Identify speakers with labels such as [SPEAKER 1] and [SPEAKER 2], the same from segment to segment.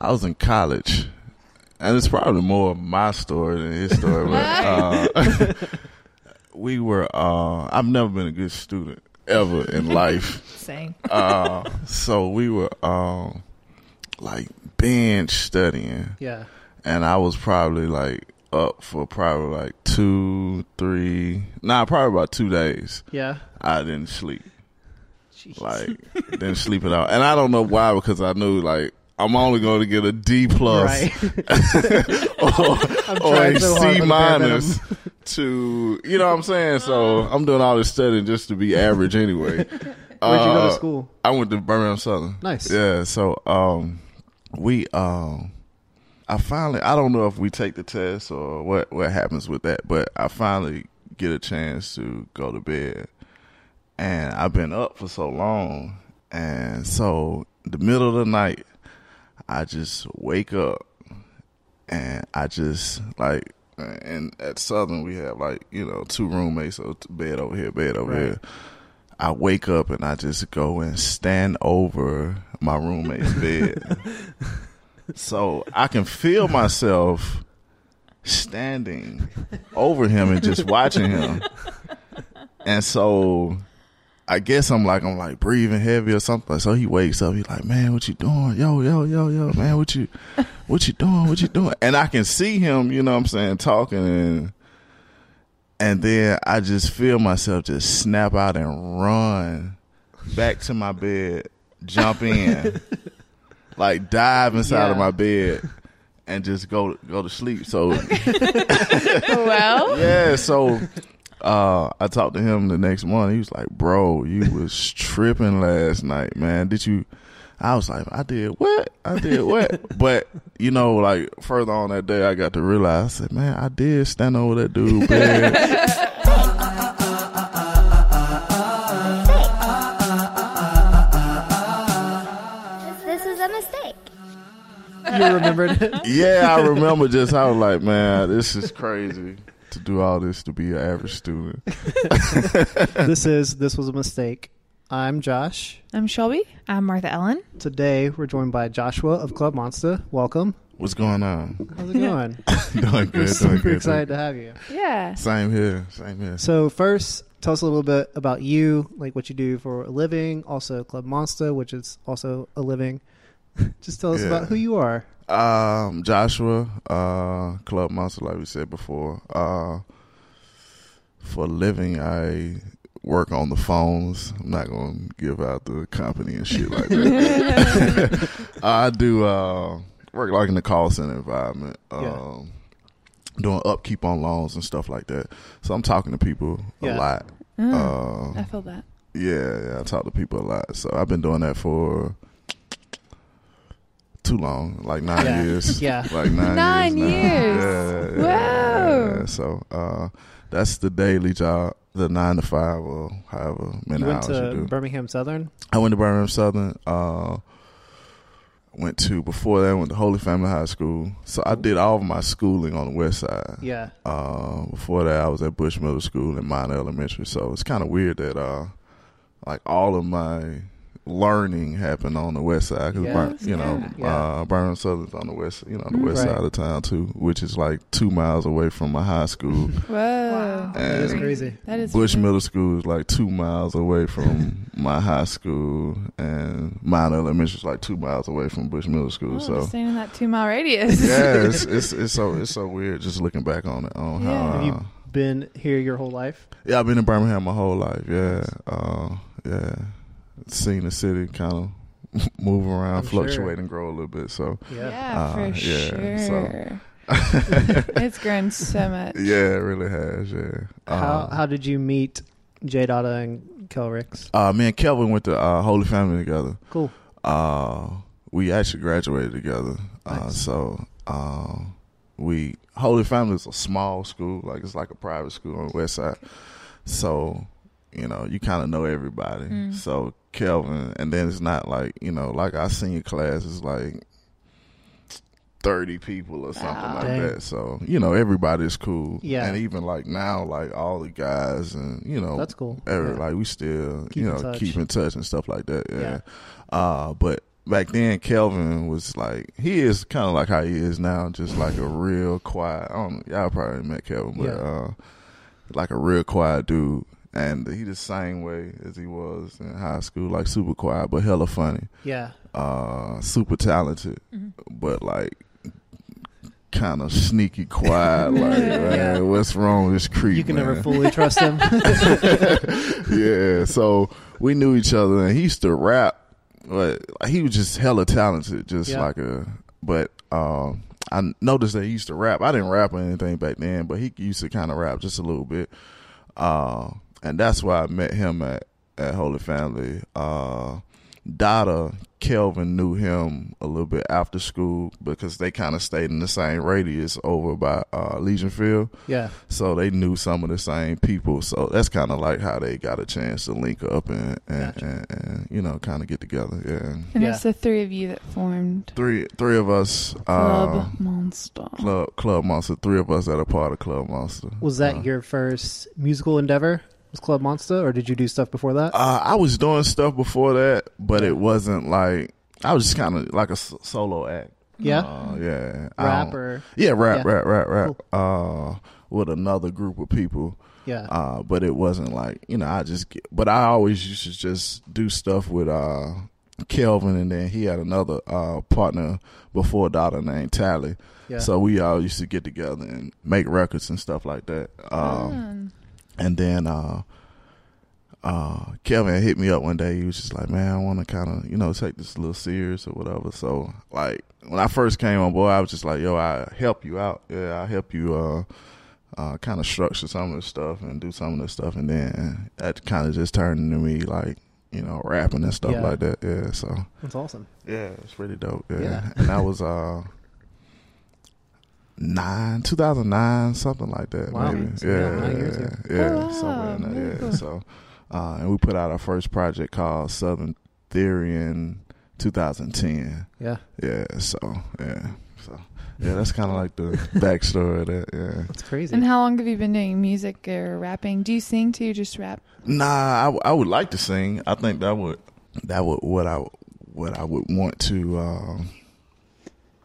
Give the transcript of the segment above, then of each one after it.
[SPEAKER 1] I was in college, and it's probably more my story than his story. But uh, we were. Uh, I've never been a good student ever in life.
[SPEAKER 2] Same.
[SPEAKER 1] Uh, so we were um, like bench studying,
[SPEAKER 3] Yeah.
[SPEAKER 1] and I was probably like up for probably like two, three, nah, probably about two days.
[SPEAKER 3] Yeah.
[SPEAKER 1] I didn't sleep.
[SPEAKER 3] Jeez.
[SPEAKER 1] Like didn't sleep it out. And I don't know why because I knew like I'm only going to get a D plus
[SPEAKER 3] Right.
[SPEAKER 1] or, or
[SPEAKER 3] trying
[SPEAKER 1] a C
[SPEAKER 3] so hard for the bare
[SPEAKER 1] minus to you know what I'm saying. So I'm doing all this studying just to be average anyway. Uh,
[SPEAKER 3] Where'd you go to school?
[SPEAKER 1] I went to Birmingham Southern.
[SPEAKER 3] Nice.
[SPEAKER 1] Yeah. So um, we um, I finally I don't know if we take the test or what what happens with that, but I finally get a chance to go to bed, and I've been up for so long, and so the middle of the night, I just wake up, and I just like. And at Southern, we have like you know two roommates, so t- bed over here, bed over
[SPEAKER 3] Right.
[SPEAKER 1] here. I wake up and I just go and stand over my roommate's bed. So I can feel myself standing over him and just watching him. And so I guess I'm like I'm like breathing heavy or something. So he wakes up, he's like, Man, what you doing? Yo, yo, yo, yo, man, what you what you doing? What you doing? And I can see him, you know what I'm saying, talking and and then I just feel myself just snap out and run back to my bed, jump in, like dive inside of
[SPEAKER 3] Yeah.
[SPEAKER 1] my bed, and just go go to sleep. So
[SPEAKER 2] well,
[SPEAKER 1] yeah, so uh, I talked to him the next morning. He was like, "Bro, you was tripping last night, man. Did you?" I was like, "I did what? I did what?" but you know, like further on that day, I got to realize, I said, "Man, I did stand over that dude." Bed.
[SPEAKER 4] This is a mistake.
[SPEAKER 3] you remembered it.
[SPEAKER 1] yeah, I remember just I was like, "Man, this is crazy." To do all this to be an average student.
[SPEAKER 3] this is this was a mistake. I'm Josh.
[SPEAKER 2] I'm Shelby. I'm Martha Ellen.
[SPEAKER 3] Today we're joined by Joshua of Club Monster. Welcome.
[SPEAKER 1] What's going on?
[SPEAKER 3] How's it going?
[SPEAKER 1] doing good, doing
[SPEAKER 3] Super
[SPEAKER 1] good.
[SPEAKER 3] excited to have you.
[SPEAKER 2] Yeah.
[SPEAKER 1] Same here, same here.
[SPEAKER 3] So first, tell us a little bit about you, like what you do for a living, also Club Monster, which is also a living. Just tell us
[SPEAKER 1] Yeah.
[SPEAKER 3] about who you are.
[SPEAKER 1] Um, Joshua, uh, Club Monster, like we said before. Uh, for a living, I work on the phones. I'm not gonna give out the company and shit like that. I do uh, work like in the call center environment. Um,
[SPEAKER 3] Yeah.
[SPEAKER 1] Doing upkeep on loans and stuff like that. So I'm talking to people
[SPEAKER 3] Yeah.
[SPEAKER 1] a lot. Uh,
[SPEAKER 2] Oh, I feel that.
[SPEAKER 1] yeah, yeah, I talk to people a lot. So I've been doing that for too long, like nine
[SPEAKER 3] Yeah.
[SPEAKER 1] years.
[SPEAKER 3] Yeah.
[SPEAKER 1] Like nine,
[SPEAKER 2] Nine
[SPEAKER 1] years. now.
[SPEAKER 2] years.
[SPEAKER 1] Yeah, yeah,
[SPEAKER 2] Wow.
[SPEAKER 1] yeah. So uh, that's the daily job, the nine to five or however many
[SPEAKER 3] you went
[SPEAKER 1] hours
[SPEAKER 3] to
[SPEAKER 1] you do.
[SPEAKER 3] Birmingham Southern.
[SPEAKER 1] I went to Birmingham Southern. Uh, went to before that, I went to Holy Family High School. So I did all of my schooling on the West Side.
[SPEAKER 3] Yeah.
[SPEAKER 1] Uh, before that, I was at Bush Middle School and Mount Elementary. So it's kind of weird that uh, like all of my learning happened on the west side because
[SPEAKER 3] Yeah.
[SPEAKER 1] you know
[SPEAKER 3] Yeah. Mm,
[SPEAKER 1] uh, Birmingham Southern's on the west, you know, the west
[SPEAKER 3] Right.
[SPEAKER 1] side of town too, which is like two miles away from my high school.
[SPEAKER 2] Whoa.
[SPEAKER 5] Wow.
[SPEAKER 3] That is
[SPEAKER 1] And
[SPEAKER 3] crazy.
[SPEAKER 2] That is
[SPEAKER 1] Bush Middle School is like two miles away from my high school, and Mount Elementary is like two miles away from Bush Middle School.
[SPEAKER 2] Oh,
[SPEAKER 1] so.
[SPEAKER 2] staying in that two mile radius.
[SPEAKER 1] yeah, it's, it's it's so it's so weird just looking back on it on
[SPEAKER 2] Yeah.
[SPEAKER 1] how
[SPEAKER 3] Have
[SPEAKER 1] uh,
[SPEAKER 3] you been here your whole life?
[SPEAKER 1] Yeah, I've been in Birmingham my whole life. Yeah, uh, yeah, seen the city kind of move around,
[SPEAKER 3] I'm sure.
[SPEAKER 1] fluctuate, and grow a little bit. So,
[SPEAKER 2] Yeah,
[SPEAKER 1] Uh,
[SPEAKER 2] for
[SPEAKER 1] yeah,
[SPEAKER 2] sure.
[SPEAKER 1] so- it's
[SPEAKER 2] it's grown so much.
[SPEAKER 1] yeah, it really has. Yeah.
[SPEAKER 3] How
[SPEAKER 1] Uh,
[SPEAKER 3] how did you meet J Dada and Kelrix?
[SPEAKER 1] uh, me and Kelvin went to uh, Holy Family together.
[SPEAKER 3] Cool.
[SPEAKER 1] Uh, we actually graduated together. Uh,
[SPEAKER 3] Nice.
[SPEAKER 1] so uh, we Holy Family is a small school, like it's like a private school on the west side. So you know, you kind of know everybody.
[SPEAKER 2] Mm.
[SPEAKER 1] So Kelvin, and then it's not like you know, like our senior class is like. 30 people or something
[SPEAKER 2] Wow.
[SPEAKER 1] like
[SPEAKER 3] Dang.
[SPEAKER 1] that. So, you know, everybody's cool.
[SPEAKER 3] Yeah.
[SPEAKER 1] And even like now, like all the guys and, you know,
[SPEAKER 3] That's cool.
[SPEAKER 1] Oh, every,
[SPEAKER 3] Yeah.
[SPEAKER 1] like we still
[SPEAKER 3] Keep
[SPEAKER 1] you
[SPEAKER 3] in
[SPEAKER 1] know
[SPEAKER 3] touch.
[SPEAKER 1] keep in touch and stuff like that yeah,
[SPEAKER 3] Yeah.
[SPEAKER 1] uh but back then Kelvin was like he is kind of like how he is now, just like a real quiet. I don't y'all probably met Kelvin, but
[SPEAKER 3] Yeah.
[SPEAKER 1] uh, like a real quiet dude, and he the same way as he was in high school, like super quiet but hella funny,
[SPEAKER 3] Yeah.
[SPEAKER 1] uh, super talented,
[SPEAKER 3] Mm-hmm.
[SPEAKER 2] Mhm.
[SPEAKER 1] but like. Kind of sneaky, quiet. Like,
[SPEAKER 3] Yeah.
[SPEAKER 1] man, what's wrong with this creep?
[SPEAKER 3] You can
[SPEAKER 1] man?
[SPEAKER 3] never fully trust him.
[SPEAKER 1] yeah, so we knew each other, and he used to rap. But he was just hella talented, just
[SPEAKER 3] Yeah.
[SPEAKER 1] like a. But um, I noticed that he used to rap. I didn't rap or anything back then, but he used to kind of rap just a little bit. Uh, and that's why I met him at at Holy Family. Uh, Dada Kelvin knew him a little bit after school because they kind of stayed in the same radius over by uh, Legion Field.
[SPEAKER 3] yeah.
[SPEAKER 1] So they knew some of the same people. So that's kind of like how they got a chance to link up and and,
[SPEAKER 3] Gotcha.
[SPEAKER 1] and, and you know kind of get together. Yeah,
[SPEAKER 2] And
[SPEAKER 3] Yeah.
[SPEAKER 2] it's the three of you that formed
[SPEAKER 1] three three of us. Uh,
[SPEAKER 2] Club Monster.
[SPEAKER 1] Club Club Monster. Three of us that are part of Club Monster.
[SPEAKER 3] Was that
[SPEAKER 1] Uh,
[SPEAKER 3] your first musical endeavor? Was Club Monster, or did you do stuff before that?
[SPEAKER 1] Uh, I was doing stuff before that, but it wasn't like I was just kind of like a s- solo act.
[SPEAKER 3] yeah.
[SPEAKER 1] Uh, yeah. I don't-
[SPEAKER 3] Rap or
[SPEAKER 1] Yeah, rap,
[SPEAKER 3] Yeah.
[SPEAKER 1] rap, rap, rap. Uh, with another group of people.
[SPEAKER 3] yeah.
[SPEAKER 1] uh, but it wasn't like you know I just get, but I always used to just do stuff with uh Kelvin and then he had another uh partner before daughter named Tally
[SPEAKER 3] yeah.
[SPEAKER 1] so we all used to get together and make records and stuff like that um
[SPEAKER 2] Fun.
[SPEAKER 1] and then uh uh Kelvin hit me up one day he was just like man I want to kind of you know take this a little serious or whatever so like when I first came on board I was just like yo I help you out yeah I help you uh uh, kind of structure some of the stuff and do some of the stuff, and then that kind of just turned into me like you know rapping and stuff
[SPEAKER 3] Yeah.
[SPEAKER 1] like that. Yeah, so
[SPEAKER 3] That's awesome.
[SPEAKER 1] yeah, it's really dope. Yeah,
[SPEAKER 3] Yeah.
[SPEAKER 1] and that was uh nine, two thousand nine, something like that.
[SPEAKER 3] Wow.
[SPEAKER 1] Maybe
[SPEAKER 3] So, yeah,
[SPEAKER 1] yeah,
[SPEAKER 3] nine years
[SPEAKER 1] yeah,
[SPEAKER 3] ago.
[SPEAKER 1] yeah,
[SPEAKER 2] Oh, wow.
[SPEAKER 1] somewhere in there,
[SPEAKER 2] Very
[SPEAKER 1] yeah.
[SPEAKER 2] cool.
[SPEAKER 1] So, uh, and we put out our first project called Southern Theory in 2010.
[SPEAKER 3] Yeah.
[SPEAKER 1] Yeah, so yeah, so yeah, that's kind of like the backstory of that. Yeah.
[SPEAKER 3] That's crazy.
[SPEAKER 2] And how long have you been doing music or rapping? Do you sing? Do you just rap?
[SPEAKER 1] Nah, I, w- I would like to sing. I think that would that would what I what I would want to um,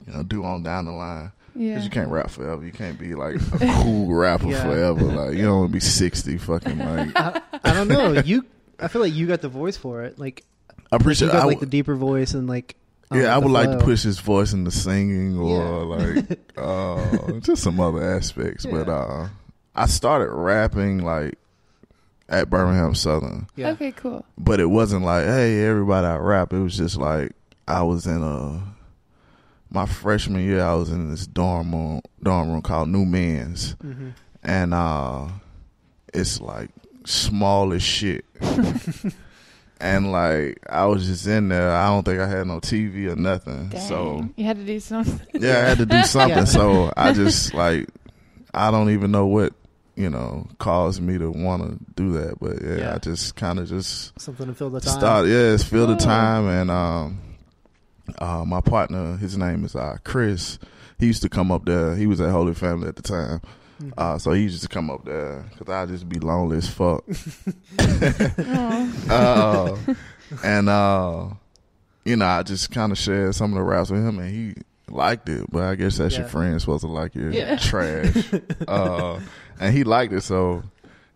[SPEAKER 1] you know do on down the line because
[SPEAKER 2] Yeah.
[SPEAKER 1] you can't rap forever. You can't be like a cool rapper
[SPEAKER 3] Yeah.
[SPEAKER 1] forever. Like you don't want to be sixty fucking like.
[SPEAKER 3] I, I don't know. You, I feel like you got the voice for it. Like
[SPEAKER 1] I
[SPEAKER 3] you
[SPEAKER 1] appreciate.
[SPEAKER 3] got
[SPEAKER 1] I
[SPEAKER 3] like
[SPEAKER 1] would,
[SPEAKER 3] the deeper voice and like. um,
[SPEAKER 1] yeah, I
[SPEAKER 3] the
[SPEAKER 1] would like to
[SPEAKER 3] flow.
[SPEAKER 1] push his voice into singing or
[SPEAKER 3] Yeah.
[SPEAKER 1] like uh, just some other aspects. But
[SPEAKER 3] Yeah.
[SPEAKER 1] uh, I started rapping like at Birmingham Southern.
[SPEAKER 3] Yeah.
[SPEAKER 2] Okay, cool.
[SPEAKER 1] but it wasn't like hey everybody I rap. It was just like I was in a my freshman year I was in this dorm room dorm room called New Men's
[SPEAKER 3] Mm-hmm.
[SPEAKER 1] and uh it's like small as shit. and like I was just in there. I don't think I had no TV or nothing.
[SPEAKER 2] Dang.
[SPEAKER 1] So
[SPEAKER 2] you had to do something.
[SPEAKER 1] yeah, I had to do something.
[SPEAKER 3] Yeah.
[SPEAKER 1] So I just like I don't even know what you know caused me to want to do that, but yeah,
[SPEAKER 3] Yeah.
[SPEAKER 1] I just kind of just
[SPEAKER 3] Something to fill the time.
[SPEAKER 1] Start, yeah, it's fill the
[SPEAKER 2] Oh.
[SPEAKER 1] time, and um, uh, my partner, his name is uh, Chris. He used to come up there. He was at Holy Family at the time,
[SPEAKER 3] Mhm.
[SPEAKER 1] uh, so he used to come up there because I just be lonely as fuck.
[SPEAKER 2] Aw.
[SPEAKER 1] uh, and uh, you know, I just kind of shared some of the raps with him, and he liked it. But I guess that's your
[SPEAKER 3] Yeah.
[SPEAKER 1] friend supposed to like your
[SPEAKER 3] Yeah.
[SPEAKER 1] trash. uh, and he liked it, so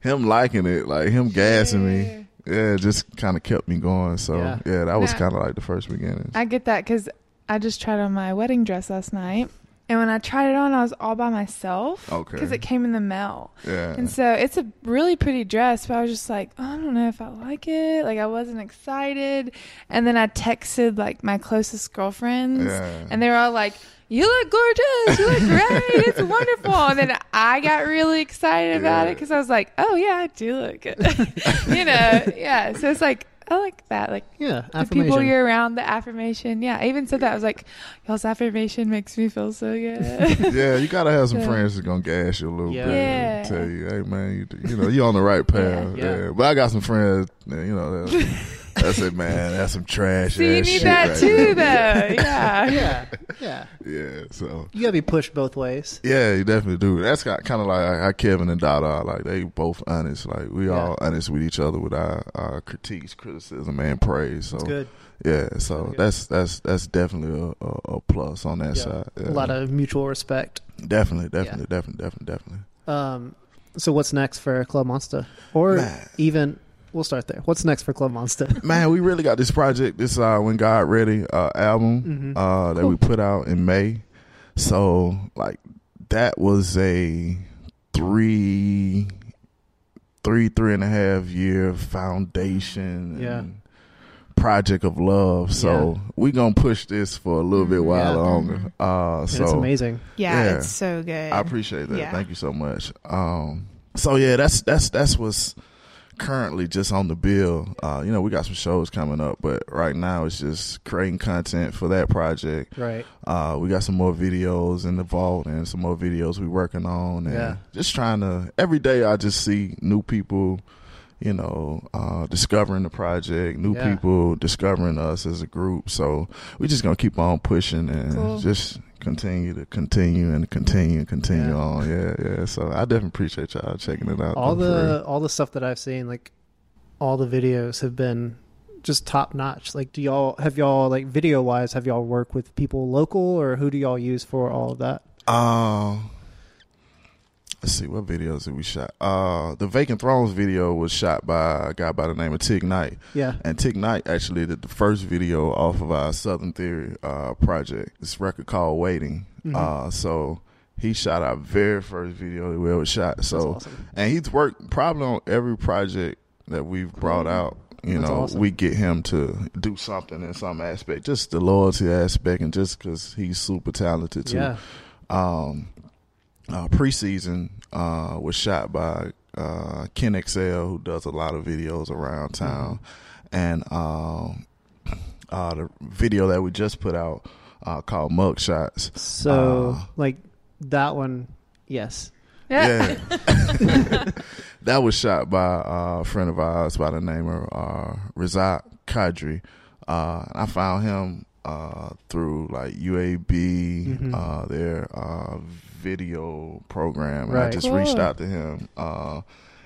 [SPEAKER 1] him liking it, like him gassing me.
[SPEAKER 2] Oh, Sure.
[SPEAKER 1] Yeah, it just kind of kept me going. So
[SPEAKER 3] Yeah.
[SPEAKER 1] yeah, that was
[SPEAKER 2] Nah.
[SPEAKER 1] kind of like the first beginning.
[SPEAKER 2] I get that because I just tried on my wedding dress last night. And when I tried it on, I was all by myself
[SPEAKER 1] Okay.
[SPEAKER 2] because it came in the mail.
[SPEAKER 1] Yeah,
[SPEAKER 2] And so it's a really pretty dress, but I was just like, oh, I don't know if I like it. Like I wasn't excited. And then I texted like my closest girlfriends,
[SPEAKER 1] Yeah.
[SPEAKER 2] and they were all like, "You look gorgeous. You look great. it's wonderful." And then I got really excited about
[SPEAKER 1] Yeah.
[SPEAKER 2] it because I was like, "Oh yeah, I do look good." you know, yeah. So it's like I like that. Like
[SPEAKER 3] Yeah.
[SPEAKER 2] the people
[SPEAKER 3] Affirmation.
[SPEAKER 2] you're around, the affirmation. Yeah, I even said that. I was like, "Y'all's affirmation makes me feel so good."
[SPEAKER 1] yeah, you gotta have some
[SPEAKER 2] So-
[SPEAKER 1] friends that's gonna gas you a little
[SPEAKER 3] Yeah.
[SPEAKER 1] bit.
[SPEAKER 2] Yeah.
[SPEAKER 1] and Tell you, hey man, you, you know you're on the right path.
[SPEAKER 3] Yeah. Yeah.
[SPEAKER 1] Yeah. but I got some friends, that, you know, that, that's it, man. That's some trash.
[SPEAKER 2] so you
[SPEAKER 1] ass
[SPEAKER 2] need
[SPEAKER 1] shit
[SPEAKER 2] that
[SPEAKER 1] right there.
[SPEAKER 2] too, though. Yeah.
[SPEAKER 3] yeah. Yeah.
[SPEAKER 1] Yeah, so.
[SPEAKER 3] You gotta be pushed both ways.
[SPEAKER 1] Yeah, you definitely do. That's kind of like how Kevin and Dada are. Like they both honest. Like we
[SPEAKER 3] Yeah.
[SPEAKER 1] all honest with each other with our, our critiques, criticism, and praise. So
[SPEAKER 3] It's good.
[SPEAKER 1] Yeah, so
[SPEAKER 3] Okay.
[SPEAKER 1] that's that's that's definitely a, a, a plus on that
[SPEAKER 3] Yeah.
[SPEAKER 1] side.
[SPEAKER 3] A lot of mutual respect.
[SPEAKER 1] definitely, definitely, definitely, definitely, definitely.
[SPEAKER 3] Um, so what's next for Club Monster, or
[SPEAKER 1] Man.
[SPEAKER 3] even we'll start there. What's next for Club Monster?
[SPEAKER 1] Man, we really got this project. This uh, when God Ready uh, album
[SPEAKER 3] Mhm.
[SPEAKER 1] uh, that we put out in May. So like that was a three, three, three and a half year foundation.
[SPEAKER 3] Yeah.
[SPEAKER 1] And project of love. So we gonna push this for a little bit while
[SPEAKER 3] Mm-hmm. Yeah.
[SPEAKER 1] longer. Uh,
[SPEAKER 3] And
[SPEAKER 1] so
[SPEAKER 3] it's amazing.
[SPEAKER 2] Yeah,
[SPEAKER 1] Yeah.
[SPEAKER 2] it's so good.
[SPEAKER 1] I appreciate that.
[SPEAKER 2] Yeah.
[SPEAKER 1] Thank you so much. Um, so yeah, that's that's that's what's currently just on the bill. Uh, you know, we got some shows coming up, but right now it's just creating content for that project.
[SPEAKER 3] Right.
[SPEAKER 1] Uh, we got some more videos in the vault and some more videos we working on, and
[SPEAKER 3] Yeah.
[SPEAKER 1] just trying to every day. I just see new people. You know, uh, discovering the project, new
[SPEAKER 3] Yeah.
[SPEAKER 1] people discovering us as a group. So we're just gonna keep on pushing and
[SPEAKER 2] Cool.
[SPEAKER 1] just continue to continue and continue and continue
[SPEAKER 3] Yeah.
[SPEAKER 1] on. Yeah, yeah. So I definitely appreciate y'all checking it out.
[SPEAKER 3] All
[SPEAKER 1] though, for real.
[SPEAKER 3] the all the stuff that I've seen, like all the videos have been just top notch. Like, do y'all have y'all like video wise? Have y'all worked with people local, or who do y'all use for all of that?
[SPEAKER 1] um, let's see what videos did we shot. Uh, the Vacant Thrones video was shot by a guy by the name of Tig Knight,
[SPEAKER 3] Yeah.
[SPEAKER 1] and Tig Knight actually did the first video off of our Southern Theory uh, project. This record called Waiting.
[SPEAKER 3] Mhm.
[SPEAKER 1] Uh, so. He shot our very first video that we ever shot. So
[SPEAKER 3] That's awesome.
[SPEAKER 1] and he's worked probably on every project that we've brought out. You
[SPEAKER 3] That's
[SPEAKER 1] know,
[SPEAKER 3] awesome.
[SPEAKER 1] we get him to do something in some aspect, just the loyalty aspect, and just because he's super talented too.
[SPEAKER 3] Yeah.
[SPEAKER 1] Um, uh, preseason uh, was shot by uh, Ken XL, who does a lot of videos around town, and um, uh, the video that we just put out uh, called Mug Shots.
[SPEAKER 3] So
[SPEAKER 1] Uh,
[SPEAKER 3] like that one, yes.
[SPEAKER 1] yeah. that was shot by uh, a friend of ours by the name of uh, Razak Kadri. Uh, I found him uh, through like UAB,
[SPEAKER 3] Mhm.
[SPEAKER 1] uh, their uh, video program. And I
[SPEAKER 3] Right.
[SPEAKER 1] just
[SPEAKER 2] Cool.
[SPEAKER 1] reached out to him. Uh,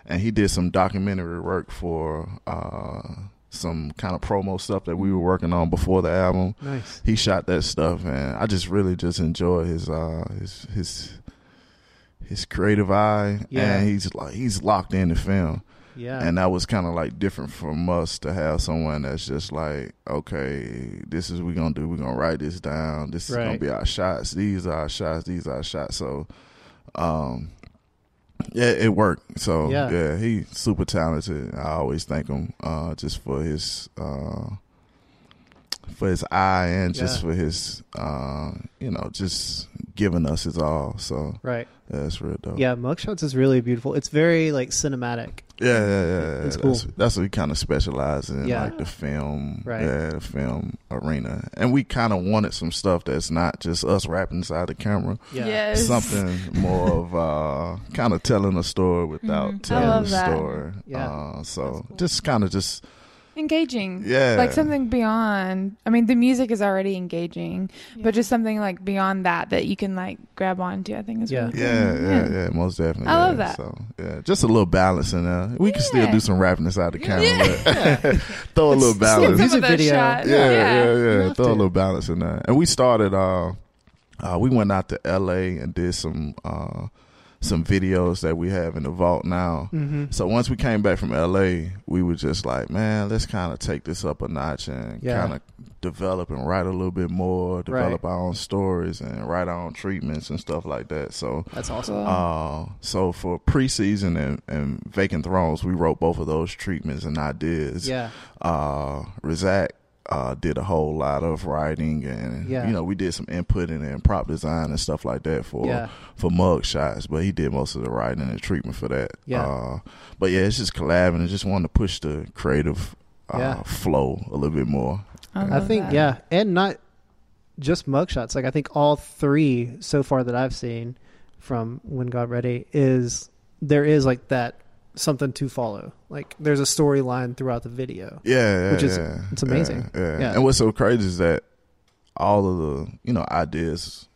[SPEAKER 1] and he did some documentary work for uh, some kind of promo stuff that we were working on before the album
[SPEAKER 3] Nice.
[SPEAKER 1] he shot that stuff and I just really just enjoy his uh his his his creative eye
[SPEAKER 3] Yeah.
[SPEAKER 1] and he's like he's locked in the film
[SPEAKER 3] Yeah.
[SPEAKER 1] and that was kind of like different from us to have someone that's just like okay this is what we're gonna do we're gonna write this down this is gonna
[SPEAKER 3] Right.
[SPEAKER 1] be our shots these are our shots these are our shots so um yeah it worked so
[SPEAKER 3] Yeah.
[SPEAKER 1] yeah, he's super talented i always thank him uh just for his uh for his eye and just
[SPEAKER 3] Yeah.
[SPEAKER 1] for his uh you know just giving us his all so
[SPEAKER 3] right.
[SPEAKER 1] yeah, that's real dope
[SPEAKER 3] Yeah. Mugshots is really beautiful. It's very like cinematic.
[SPEAKER 1] yeah, yeah, yeah. yeah.
[SPEAKER 3] It's
[SPEAKER 1] That's,
[SPEAKER 3] cool.
[SPEAKER 1] that's what we kind of specialize in,
[SPEAKER 3] Yeah.
[SPEAKER 1] like the film,
[SPEAKER 3] Right.
[SPEAKER 1] yeah, the film arena. And we kind of wanted some stuff that's not just us rapping inside the camera,
[SPEAKER 3] Yeah.
[SPEAKER 2] Yes.
[SPEAKER 1] something more of uh, kind of telling a story without
[SPEAKER 2] Mhm. I
[SPEAKER 1] telling
[SPEAKER 2] love
[SPEAKER 1] the
[SPEAKER 2] that.
[SPEAKER 1] story.
[SPEAKER 3] Yeah.
[SPEAKER 1] Uh, so
[SPEAKER 2] That's cool.
[SPEAKER 1] just kind of just
[SPEAKER 2] Engaging.
[SPEAKER 1] yeah,
[SPEAKER 2] Like something beyond. I mean, the music is already engaging, but just something like beyond that that you can like grab onto. I think is
[SPEAKER 3] Yeah.
[SPEAKER 2] really cool.
[SPEAKER 1] Yeah, yeah, yeah, most definitely.
[SPEAKER 2] I
[SPEAKER 1] yeah.
[SPEAKER 2] love that.
[SPEAKER 1] So, yeah, just a little balance in there. We can still
[SPEAKER 2] Yeah.
[SPEAKER 1] do some rapping inside the camera. but throw a little balance.
[SPEAKER 2] Some
[SPEAKER 3] Music
[SPEAKER 2] of those
[SPEAKER 3] video.
[SPEAKER 2] shots.
[SPEAKER 1] yeah, yeah, yeah.
[SPEAKER 3] Loved
[SPEAKER 1] Throw
[SPEAKER 3] it.
[SPEAKER 1] a little balance in there. And we started. Uh, uh, we went out to L.A. and did some uh, some videos that we have in the vault now.
[SPEAKER 3] Mm-hmm.
[SPEAKER 1] So once we came back from L.A., we were just like, man, let's kind of take this up a notch and
[SPEAKER 3] Yeah.
[SPEAKER 1] kind of develop and write a little bit more, develop our own stories and write our own treatments and stuff like that. So.
[SPEAKER 3] That's awesome.
[SPEAKER 2] Cool.
[SPEAKER 1] Uh, so for preseason and, and vacant thrones, we wrote both of those treatments and ideas
[SPEAKER 3] Yeah.
[SPEAKER 1] uh Razak uh did a whole lot of writing and
[SPEAKER 3] Yeah.
[SPEAKER 1] you know we did some input in it and prop design and stuff like that for
[SPEAKER 3] Yeah.
[SPEAKER 1] for mug shots but he did most of the writing and the treatment for that
[SPEAKER 3] Yeah.
[SPEAKER 1] uh, but yeah it's just collabing and just wanting to push the creative uh,
[SPEAKER 3] Yeah.
[SPEAKER 1] flow a little bit more
[SPEAKER 3] I
[SPEAKER 2] love
[SPEAKER 3] think
[SPEAKER 2] that.
[SPEAKER 3] yeah, and not just mugshots. Like I think all three so far that I've seen from When God Ready is there is like that something to follow. Like there's a storyline throughout the video.
[SPEAKER 1] yeah, yeah
[SPEAKER 3] Which is-
[SPEAKER 1] yeah,
[SPEAKER 3] it's amazing.
[SPEAKER 1] yeah, yeah.
[SPEAKER 3] Yeah.
[SPEAKER 1] and what's so crazy is that all of the you know ideas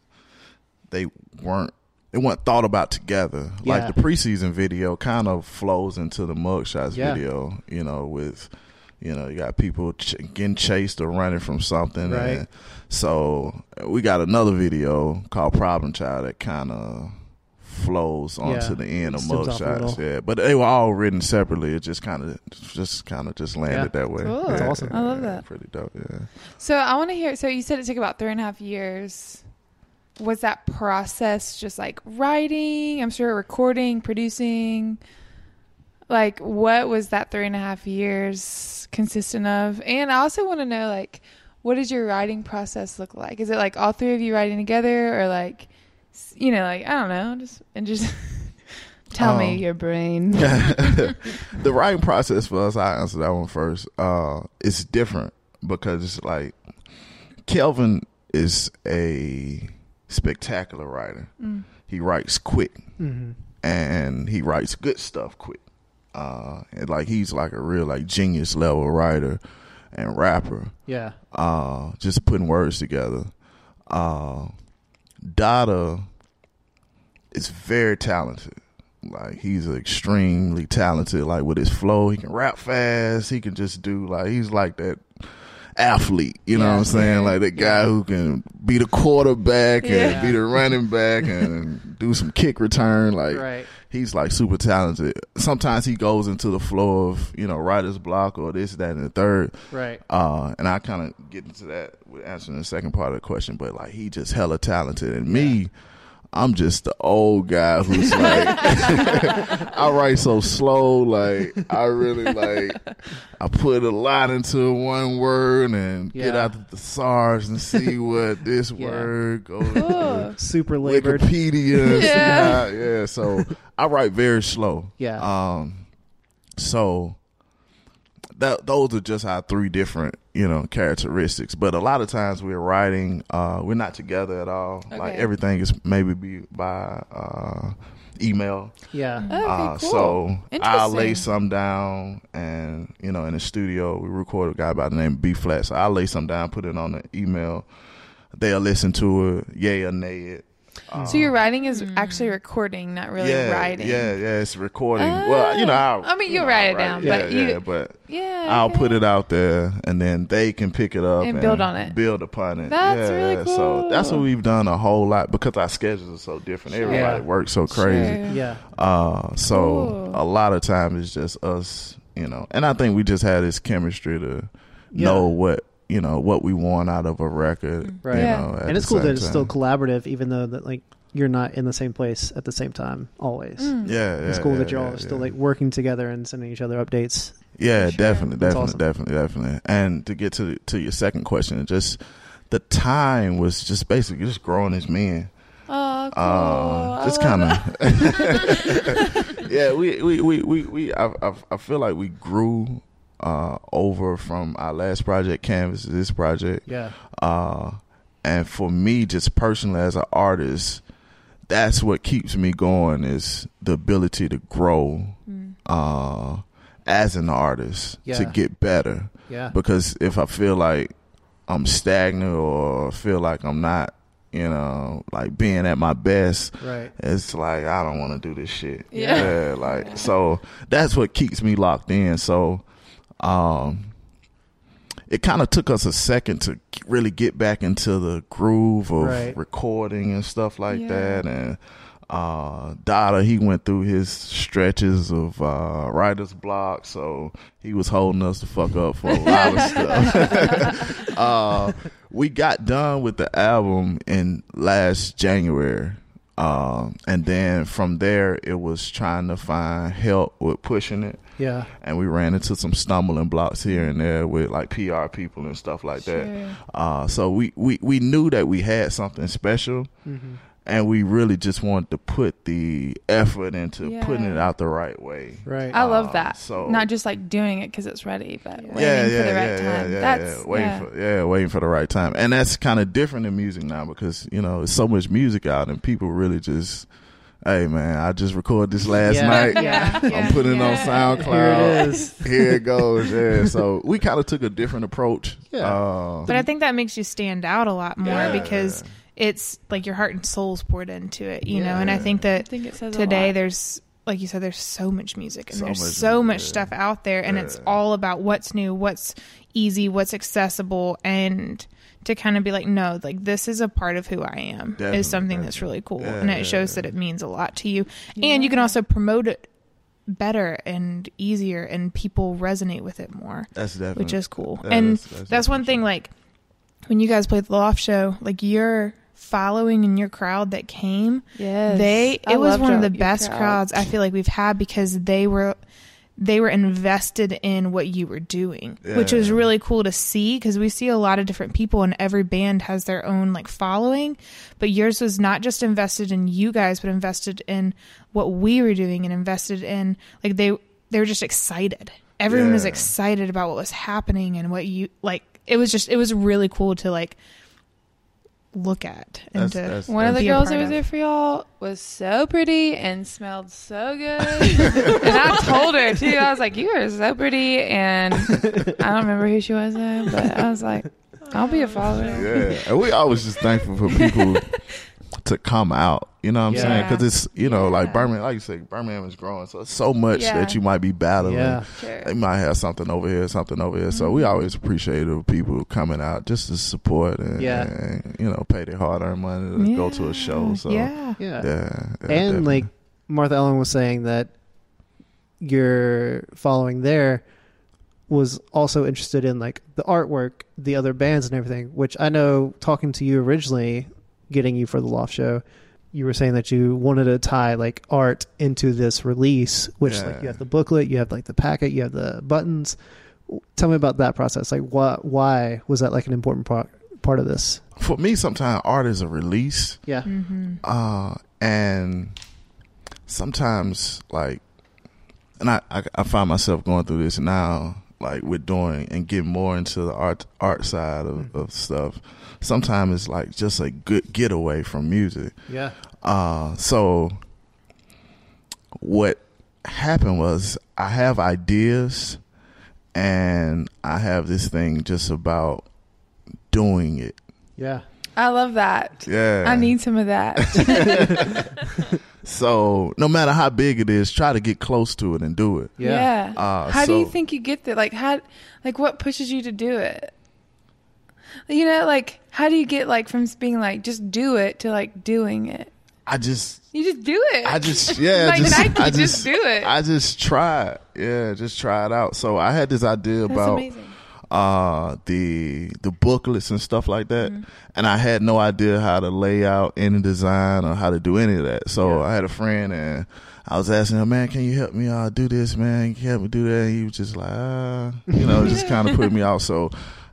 [SPEAKER 1] they weren't they weren't thought about together
[SPEAKER 3] Yeah.
[SPEAKER 1] like the preseason video kind of flows into the mugshots
[SPEAKER 3] Yeah.
[SPEAKER 1] video you know with You know, you got people ch- getting chased or running from something.
[SPEAKER 3] Right.
[SPEAKER 1] And so we got another video called Problem Child that kind of flows onto
[SPEAKER 3] Yeah,
[SPEAKER 1] the end of
[SPEAKER 3] stems off a
[SPEAKER 1] mugshots.
[SPEAKER 3] little.
[SPEAKER 1] Yeah, but they were all written separately. It just kind of, just kind of, just landed that way.
[SPEAKER 2] Cool. That's
[SPEAKER 1] Yeah,
[SPEAKER 3] awesome.
[SPEAKER 2] I love
[SPEAKER 1] yeah,
[SPEAKER 2] that.
[SPEAKER 1] Pretty dope. Yeah.
[SPEAKER 2] So I want to hear. So you said it took about three and a half years. Was that process just like writing? I'm sure recording, producing. Like, what was that three and a half years consistent of? And I also want to know, like, what does your writing process look like? Is it like all three of you writing together, or like, s- you know, like I don't know, just and just tell me
[SPEAKER 1] Um,
[SPEAKER 2] your brain.
[SPEAKER 1] the writing process for us, I answer that one first. Uh, it's different because it's like Kelvin is a spectacular writer.
[SPEAKER 2] Mm.
[SPEAKER 1] He writes quick
[SPEAKER 3] Mm-hmm.
[SPEAKER 1] and he writes good stuff quick. Uh, and like he's like a real like genius level writer and rapper
[SPEAKER 3] Yeah.
[SPEAKER 1] uh, just putting words together. Uh, Dada is very talented. Like he's extremely talented. Like with his flow, he can rap fast. He can just do like he's like that athlete. You know
[SPEAKER 2] Yeah,
[SPEAKER 1] what I'm saying?
[SPEAKER 2] yeah,
[SPEAKER 1] Like that guy who can be the quarterback
[SPEAKER 2] Yeah.
[SPEAKER 1] and be the running back and do some kick return. Like
[SPEAKER 3] right.
[SPEAKER 1] he's like super talented. Sometimes he goes into the flow of you know writer's block or this, that, and the third.
[SPEAKER 3] Right.
[SPEAKER 1] Uh, and I kind of get into that with answering the second part of the question, but like he just hella talented, and me, I'm just the old guy who's like, I write so slow, like I really like, I put a lot into one word and get
[SPEAKER 3] Yeah.
[SPEAKER 1] out the thesaurus and see what this
[SPEAKER 3] Yeah.
[SPEAKER 1] word goes. to
[SPEAKER 2] Cool.
[SPEAKER 3] Super labored.
[SPEAKER 1] Wikipedia. and see
[SPEAKER 2] Yeah.
[SPEAKER 1] how- yeah. So I write very slow.
[SPEAKER 3] Yeah.
[SPEAKER 1] Um, so that those are just our three different, you know, characteristics. But a lot of times we're writing, uh, we're not together at all. Like
[SPEAKER 2] Okay.
[SPEAKER 1] everything is maybe be by uh, email.
[SPEAKER 3] yeah.
[SPEAKER 2] Okay,
[SPEAKER 1] uh,
[SPEAKER 2] cool.
[SPEAKER 1] So I'll lay
[SPEAKER 2] Interesting.
[SPEAKER 1] some down, and you know, in the studio we record a guy by the name of B Flat. So I'll lay some down, put it on the email. They'll listen to it, yay or nay it.
[SPEAKER 2] so your writing is actually recording, not really
[SPEAKER 1] uh, yeah,
[SPEAKER 2] writing. Ah,
[SPEAKER 1] Yeah, yeah, it's recording. well, you know, I'll,
[SPEAKER 2] I mean,
[SPEAKER 1] you
[SPEAKER 2] you'll
[SPEAKER 1] know,
[SPEAKER 2] write it
[SPEAKER 1] I'll
[SPEAKER 2] down,
[SPEAKER 1] yeah,
[SPEAKER 2] but you-
[SPEAKER 1] yeah, but
[SPEAKER 2] Yeah.
[SPEAKER 1] I'll
[SPEAKER 2] okay.
[SPEAKER 1] put it out there, and then they can pick it up
[SPEAKER 2] And build on it.
[SPEAKER 1] build upon it.
[SPEAKER 2] That's
[SPEAKER 1] yeah,
[SPEAKER 2] really
[SPEAKER 1] yeah. So that's what
[SPEAKER 2] cool.
[SPEAKER 1] we've done a whole lot because our schedules are so different.
[SPEAKER 2] Sure.
[SPEAKER 1] Everybody
[SPEAKER 3] Yeah.
[SPEAKER 1] works so crazy.
[SPEAKER 2] Sure.
[SPEAKER 3] Yeah.
[SPEAKER 1] Uh, so
[SPEAKER 2] Cool.
[SPEAKER 1] a lot of time it's just us, you know. And I think we just had this chemistry to
[SPEAKER 3] Yeah.
[SPEAKER 1] know what you know what we want out of a record,
[SPEAKER 3] Right.
[SPEAKER 1] You
[SPEAKER 2] Yeah.
[SPEAKER 1] know, at
[SPEAKER 3] and it's
[SPEAKER 1] the
[SPEAKER 3] cool that
[SPEAKER 1] same
[SPEAKER 3] it's still
[SPEAKER 1] time.
[SPEAKER 3] collaborative, even though that like you're not in the same place at the same time always.
[SPEAKER 2] Mm.
[SPEAKER 1] Yeah, yeah,
[SPEAKER 3] It's cool that
[SPEAKER 1] yeah,
[SPEAKER 3] you're all
[SPEAKER 1] yeah,
[SPEAKER 3] still
[SPEAKER 1] yeah.
[SPEAKER 3] like working together and sending each other updates.
[SPEAKER 1] Yeah,
[SPEAKER 2] For sure.
[SPEAKER 1] definitely,
[SPEAKER 3] That's
[SPEAKER 1] definitely,
[SPEAKER 3] awesome.
[SPEAKER 1] definitely, definitely. And to get to to your second question, just the time was just basically just growing as men.
[SPEAKER 2] Oh, cool.
[SPEAKER 1] Uh,
[SPEAKER 2] I
[SPEAKER 1] just
[SPEAKER 2] love
[SPEAKER 1] kind
[SPEAKER 2] that.
[SPEAKER 1] of. yeah, we we we we, we I, I I feel like we grew uh over from our last project canvas to this project
[SPEAKER 3] Yeah.
[SPEAKER 1] uh and for me just personally as an artist that's what keeps me going is the ability to grow
[SPEAKER 2] Mm.
[SPEAKER 1] uh as an artist to
[SPEAKER 3] Yeah.
[SPEAKER 1] get better
[SPEAKER 3] Yeah.
[SPEAKER 1] because if I feel like I'm stagnant or feel like I'm not, you know, like being at my best,
[SPEAKER 3] right.
[SPEAKER 1] it's like I don't want to do this shit.
[SPEAKER 2] Yeah.
[SPEAKER 1] like so that's what keeps me locked in. So, um, it kind of took us a second to really get back into the groove of
[SPEAKER 3] Right.
[SPEAKER 1] recording and stuff like
[SPEAKER 2] Yeah.
[SPEAKER 1] that, and. Uh, Dada, he went through his stretches of uh, writer's block, so he was holding us the fuck up for a lot of stuff. uh, we got done with the album in last January. Um, and then from there, it was trying to find help with pushing it.
[SPEAKER 3] Yeah.
[SPEAKER 1] And we ran into some stumbling blocks here and there with like PR people and stuff like that.
[SPEAKER 2] Sure.
[SPEAKER 1] Uh, so we, we, we knew that we had something special
[SPEAKER 3] Mm-hmm.
[SPEAKER 1] and we really just wanted to put the effort into
[SPEAKER 2] Yeah.
[SPEAKER 1] putting it out the right way.
[SPEAKER 3] Right.
[SPEAKER 2] I
[SPEAKER 1] Uh,
[SPEAKER 2] love that.
[SPEAKER 1] so-
[SPEAKER 2] Not just like doing it because it's ready, but waiting
[SPEAKER 1] yeah, yeah,
[SPEAKER 2] for the right
[SPEAKER 1] yeah,
[SPEAKER 2] time.
[SPEAKER 1] Yeah, yeah,
[SPEAKER 2] That's
[SPEAKER 1] yeah. Waiting
[SPEAKER 2] yeah.
[SPEAKER 1] for yeah, waiting for the right time. And that's kind of different in music now because you know there's so much music out and people really just, hey man, I just recorded this last
[SPEAKER 3] Yeah.
[SPEAKER 1] night.
[SPEAKER 3] Yeah.
[SPEAKER 1] I'm putting
[SPEAKER 2] yeah.
[SPEAKER 1] it on
[SPEAKER 3] Here
[SPEAKER 1] SoundCloud.
[SPEAKER 3] it is.
[SPEAKER 1] Here it goes. Yeah. So we kind of took a different approach.
[SPEAKER 3] Yeah.
[SPEAKER 1] Uh,
[SPEAKER 5] But I think that makes you stand out a lot more
[SPEAKER 1] Yeah.
[SPEAKER 5] because it's like your heart and soul's poured into it, you know. And I
[SPEAKER 1] Yeah.
[SPEAKER 5] think
[SPEAKER 2] I
[SPEAKER 5] that
[SPEAKER 2] think it says a
[SPEAKER 5] today
[SPEAKER 2] lot.
[SPEAKER 5] there's like you said, there's so much music and
[SPEAKER 1] So
[SPEAKER 5] there's
[SPEAKER 1] much
[SPEAKER 5] so
[SPEAKER 1] music,
[SPEAKER 5] much
[SPEAKER 1] yeah.
[SPEAKER 5] stuff out there, and it's
[SPEAKER 1] Yeah.
[SPEAKER 5] all about what's new, what's easy, what's accessible, and to kind of be like, no, like this is a part of who I am
[SPEAKER 1] Definitely,
[SPEAKER 5] is something that's really cool,
[SPEAKER 1] Yeah,
[SPEAKER 5] and
[SPEAKER 1] yeah,
[SPEAKER 5] it shows that it means a lot to you, and you can also promote it better and easier, and people resonate with it more
[SPEAKER 1] That's definitely
[SPEAKER 5] which is cool.
[SPEAKER 1] that
[SPEAKER 5] and
[SPEAKER 1] is-
[SPEAKER 5] that's,
[SPEAKER 1] definitely
[SPEAKER 5] one thing.
[SPEAKER 1] true.
[SPEAKER 5] Like when you guys played the Loft Show, like your following and your crowd that came,
[SPEAKER 2] Yes.
[SPEAKER 5] they
[SPEAKER 2] I
[SPEAKER 5] it was
[SPEAKER 2] loved
[SPEAKER 5] one of the
[SPEAKER 2] your
[SPEAKER 5] best
[SPEAKER 2] crowd.
[SPEAKER 5] crowds I feel like we've had because they were they were invested in what you were doing, which was
[SPEAKER 1] Yeah.
[SPEAKER 5] really cool to see because we see a lot of different people and every band has their own like following, but yours was not just invested in you guys, but invested in what we were doing and invested in like they they were just excited. Everyone was
[SPEAKER 1] Yeah.
[SPEAKER 5] excited about what was happening and what you like. It was just it was really cool to like look at and
[SPEAKER 1] That's-
[SPEAKER 5] to
[SPEAKER 1] that's-
[SPEAKER 2] One of the
[SPEAKER 5] be a
[SPEAKER 2] girls that
[SPEAKER 5] part
[SPEAKER 2] was
[SPEAKER 5] of.
[SPEAKER 2] there for y'all was so pretty and smelled so good. and I told her too. I was like, "You are so pretty," and I don't remember who she was, now, but I was like, "I'll be a follower."
[SPEAKER 1] Yeah, and we always just thankful for people to come out. You know what I'm
[SPEAKER 3] Yeah.
[SPEAKER 1] saying? Because it's you know like
[SPEAKER 2] Yeah.
[SPEAKER 1] Birmingham, like you said, Birmingham is growing so so much
[SPEAKER 2] Yeah.
[SPEAKER 1] that you might be battling.
[SPEAKER 3] Yeah. Mm-hmm.
[SPEAKER 2] Sure.
[SPEAKER 1] They might have something over here, something over here. So we always appreciate the people coming out just to support and,
[SPEAKER 3] Yeah.
[SPEAKER 1] and, you know pay their hard earned money to go to a show. So
[SPEAKER 5] yeah,
[SPEAKER 3] Yeah.
[SPEAKER 1] yeah, yeah,
[SPEAKER 3] and
[SPEAKER 1] definitely.
[SPEAKER 3] like Martha Ellen was saying that your following there was also interested in like the artwork, the other bands and everything, which I know talking to you originally, getting you for the loft show, you were saying that you wanted to tie like art into this release, which like
[SPEAKER 1] Yeah.
[SPEAKER 3] you have the booklet, you have like the packet, you have the buttons. W- Tell me about that process. Like what why was that like an important part part of this?
[SPEAKER 1] for me, sometimes art is a release.
[SPEAKER 3] Yeah.
[SPEAKER 1] uh, and sometimes like and I, I i find myself going through this now like with doing and getting more into the art art side of, of stuff sometimes it's like just a good getaway from music
[SPEAKER 3] Yeah.
[SPEAKER 1] uh, so what happened was I have ideas and I have this thing just about doing it.
[SPEAKER 3] Yeah.
[SPEAKER 2] I love that.
[SPEAKER 1] Yeah.
[SPEAKER 2] I need some of that.
[SPEAKER 1] So no matter how big it is, try to get close to it and do it.
[SPEAKER 3] Yeah.
[SPEAKER 2] yeah.
[SPEAKER 1] Uh,
[SPEAKER 2] how do you
[SPEAKER 1] so-
[SPEAKER 2] think you get there? Like how like what pushes you to do it? You know, like how do you get like from being like just do it to like doing it?
[SPEAKER 1] I just,
[SPEAKER 2] You just do it.
[SPEAKER 1] I just, yeah,
[SPEAKER 2] Like
[SPEAKER 1] just,
[SPEAKER 2] Nike,
[SPEAKER 1] I
[SPEAKER 2] just do it.
[SPEAKER 1] I just tried, yeah, just try it out. So I had this idea
[SPEAKER 2] That's
[SPEAKER 1] about
[SPEAKER 2] amazing.
[SPEAKER 1] uh the the booklets and stuff like
[SPEAKER 2] Mm-hmm.
[SPEAKER 1] that,
[SPEAKER 5] Mm-hmm.
[SPEAKER 1] and I had no idea how to lay out any design or how to do any of that. So I had a friend and. I was asking him, man, can you help me uh, do this, man? Can you help me do that? He was just like, ah, you know, just kind of put me out. So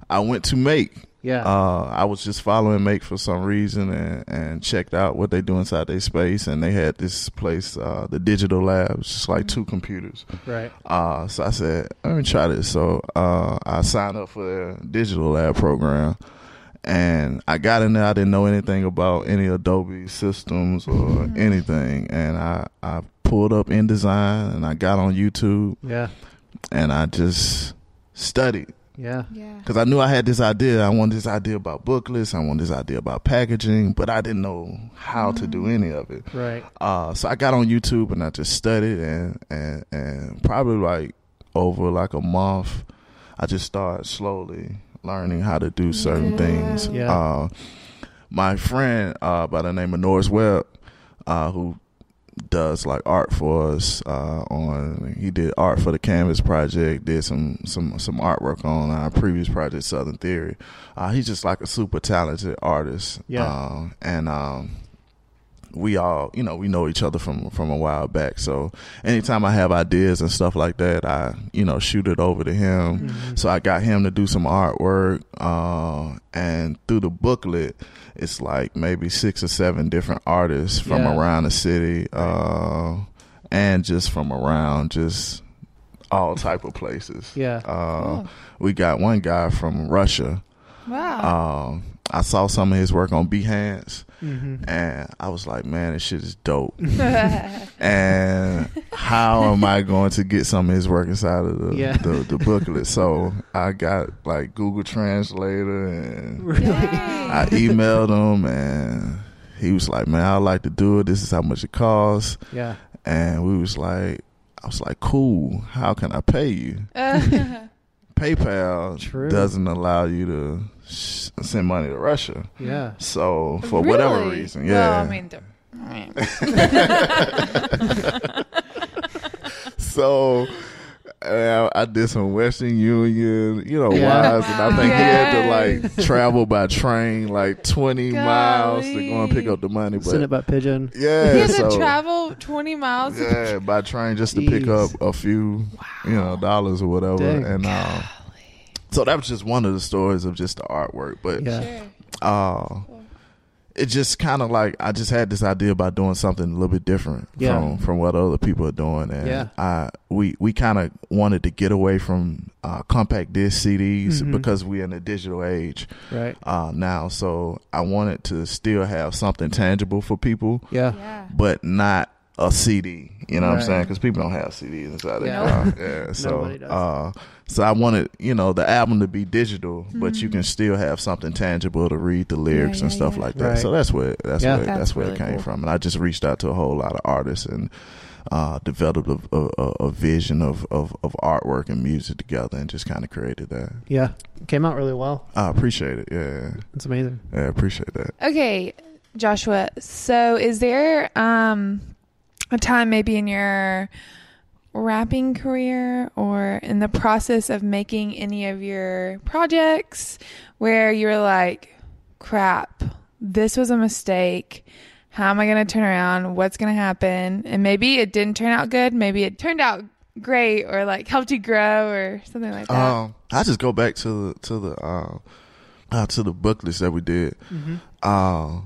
[SPEAKER 1] I went to make,
[SPEAKER 3] Yeah.
[SPEAKER 1] uh, I was just following Make for some reason and, and checked out what they do inside their space. And they had this place, uh, the Digital Lab, it's just like two computers.
[SPEAKER 3] right.
[SPEAKER 1] Uh, so I said, let me try this. So uh, I signed up for their Digital Lab program. And I got in there. I didn't know anything about any Adobe systems or anything. And I, I pulled up InDesign and I got on YouTube
[SPEAKER 3] Yeah.
[SPEAKER 1] and I just studied
[SPEAKER 3] Yeah.
[SPEAKER 5] yeah.
[SPEAKER 1] because I knew I had this idea. I wanted this idea about booklets. I wanted this idea about packaging, but I didn't know how to do any of it.
[SPEAKER 3] Right.
[SPEAKER 1] Uh, so I got on YouTube and I just studied, and and and probably like over like a month, I just started slowly learning how to do certain things.
[SPEAKER 3] Yeah.
[SPEAKER 1] Uh, my friend uh, by the name of Norris Webb, uh, who does like art for us uh, on he did art for the canvas project did some some some artwork on our previous project southern theory uh, he's just like a super talented artist
[SPEAKER 3] Yeah.
[SPEAKER 1] Um, and um we all you know we know each other from from a while back so anytime i have ideas and stuff like that i you know shoot it over to him
[SPEAKER 3] Mm-hmm.
[SPEAKER 1] so i got him to do some artwork uh and through the booklet it's like maybe six or seven different artists from
[SPEAKER 3] Yeah.
[SPEAKER 1] around the city uh and just from around just all type of places
[SPEAKER 3] Yeah.
[SPEAKER 1] uh
[SPEAKER 2] Oh,
[SPEAKER 1] we got one guy from russia
[SPEAKER 2] Wow.
[SPEAKER 1] um i saw some of his work on behance
[SPEAKER 3] Mm-hmm.
[SPEAKER 1] and I was like, man, this shit is dope. and how am I going to get some of his work inside of the,
[SPEAKER 3] Yeah.
[SPEAKER 1] the, the booklet? So I got like Google Translator and
[SPEAKER 2] Dang.
[SPEAKER 1] I emailed him and He was like, "Man, I like to do it. This is how much it costs."
[SPEAKER 3] Yeah.
[SPEAKER 1] And we was like, "I was like, cool. How can I pay you?" PayPal
[SPEAKER 3] True.
[SPEAKER 1] doesn't allow you to sh- send money to Russia.
[SPEAKER 3] Yeah.
[SPEAKER 1] So for whatever
[SPEAKER 2] Really?
[SPEAKER 1] reason,
[SPEAKER 2] Well,
[SPEAKER 1] yeah.
[SPEAKER 2] I mean, the- I
[SPEAKER 1] so uh, I did some Western Union, you know,
[SPEAKER 3] Yeah.
[SPEAKER 1] wise, and I think he had to like travel by train like twenty miles to go and pick
[SPEAKER 2] Golly.
[SPEAKER 1] up the money. But
[SPEAKER 3] Send it by pigeon.
[SPEAKER 1] yeah,
[SPEAKER 2] he had
[SPEAKER 1] so
[SPEAKER 2] to travel 20 miles.
[SPEAKER 1] yeah, by train just to pick up
[SPEAKER 3] Jeez.
[SPEAKER 1] a few, you know, dollars or whatever,
[SPEAKER 3] Dang.
[SPEAKER 1] and. Um, so that was just one of the stories of just the artwork, but
[SPEAKER 3] Yeah.
[SPEAKER 2] Sure.
[SPEAKER 1] uh, it just kind of like I just had this idea about doing something a little bit different
[SPEAKER 3] Yeah.
[SPEAKER 1] from from what other people are doing, and
[SPEAKER 3] Yeah.
[SPEAKER 1] I we we kind of wanted to get away from uh, compact disc CDs
[SPEAKER 3] Mhm.
[SPEAKER 1] because we're in the digital age
[SPEAKER 3] Right.
[SPEAKER 1] uh, now. So I wanted to still have something tangible for people,
[SPEAKER 3] Yeah.
[SPEAKER 5] Yeah.
[SPEAKER 1] but not a CD. You know what I'm
[SPEAKER 3] Right.
[SPEAKER 1] saying? Because people don't have CDs inside their
[SPEAKER 3] Yeah.
[SPEAKER 1] car. Yeah. So,
[SPEAKER 3] Nobody does.
[SPEAKER 1] uh, so I wanted, you know, the album to be digital, but you
[SPEAKER 3] Mm-hmm.
[SPEAKER 1] can still have something tangible to read the lyrics
[SPEAKER 5] Yeah,
[SPEAKER 1] and
[SPEAKER 5] yeah,
[SPEAKER 1] stuff
[SPEAKER 5] yeah.
[SPEAKER 1] like that.
[SPEAKER 3] Right.
[SPEAKER 1] So that's where that's
[SPEAKER 3] Yeah.
[SPEAKER 1] where that's,
[SPEAKER 5] That's
[SPEAKER 1] where it
[SPEAKER 5] really
[SPEAKER 1] came
[SPEAKER 5] cool.
[SPEAKER 1] from. And I just reached out to a whole lot of artists and uh, developed a, a, a a vision of, of of artwork and music together, and just kind of created that.
[SPEAKER 3] Yeah. Came out really well.
[SPEAKER 1] I appreciate it. Yeah,
[SPEAKER 3] It's amazing.
[SPEAKER 1] yeah, I appreciate that.
[SPEAKER 2] Okay, Joshua. So, is there um a time maybe in your rapping career or in the process of making any of your projects where you were like, "Crap, this was a mistake." How am I going to turn around? What's going to happen? And maybe it didn't turn out good. Maybe it turned out great or like helped you grow or something like that.
[SPEAKER 1] Um, I just go back to the to the um, uh, to the booklets that we did.
[SPEAKER 2] Mm-hmm.
[SPEAKER 1] Uh,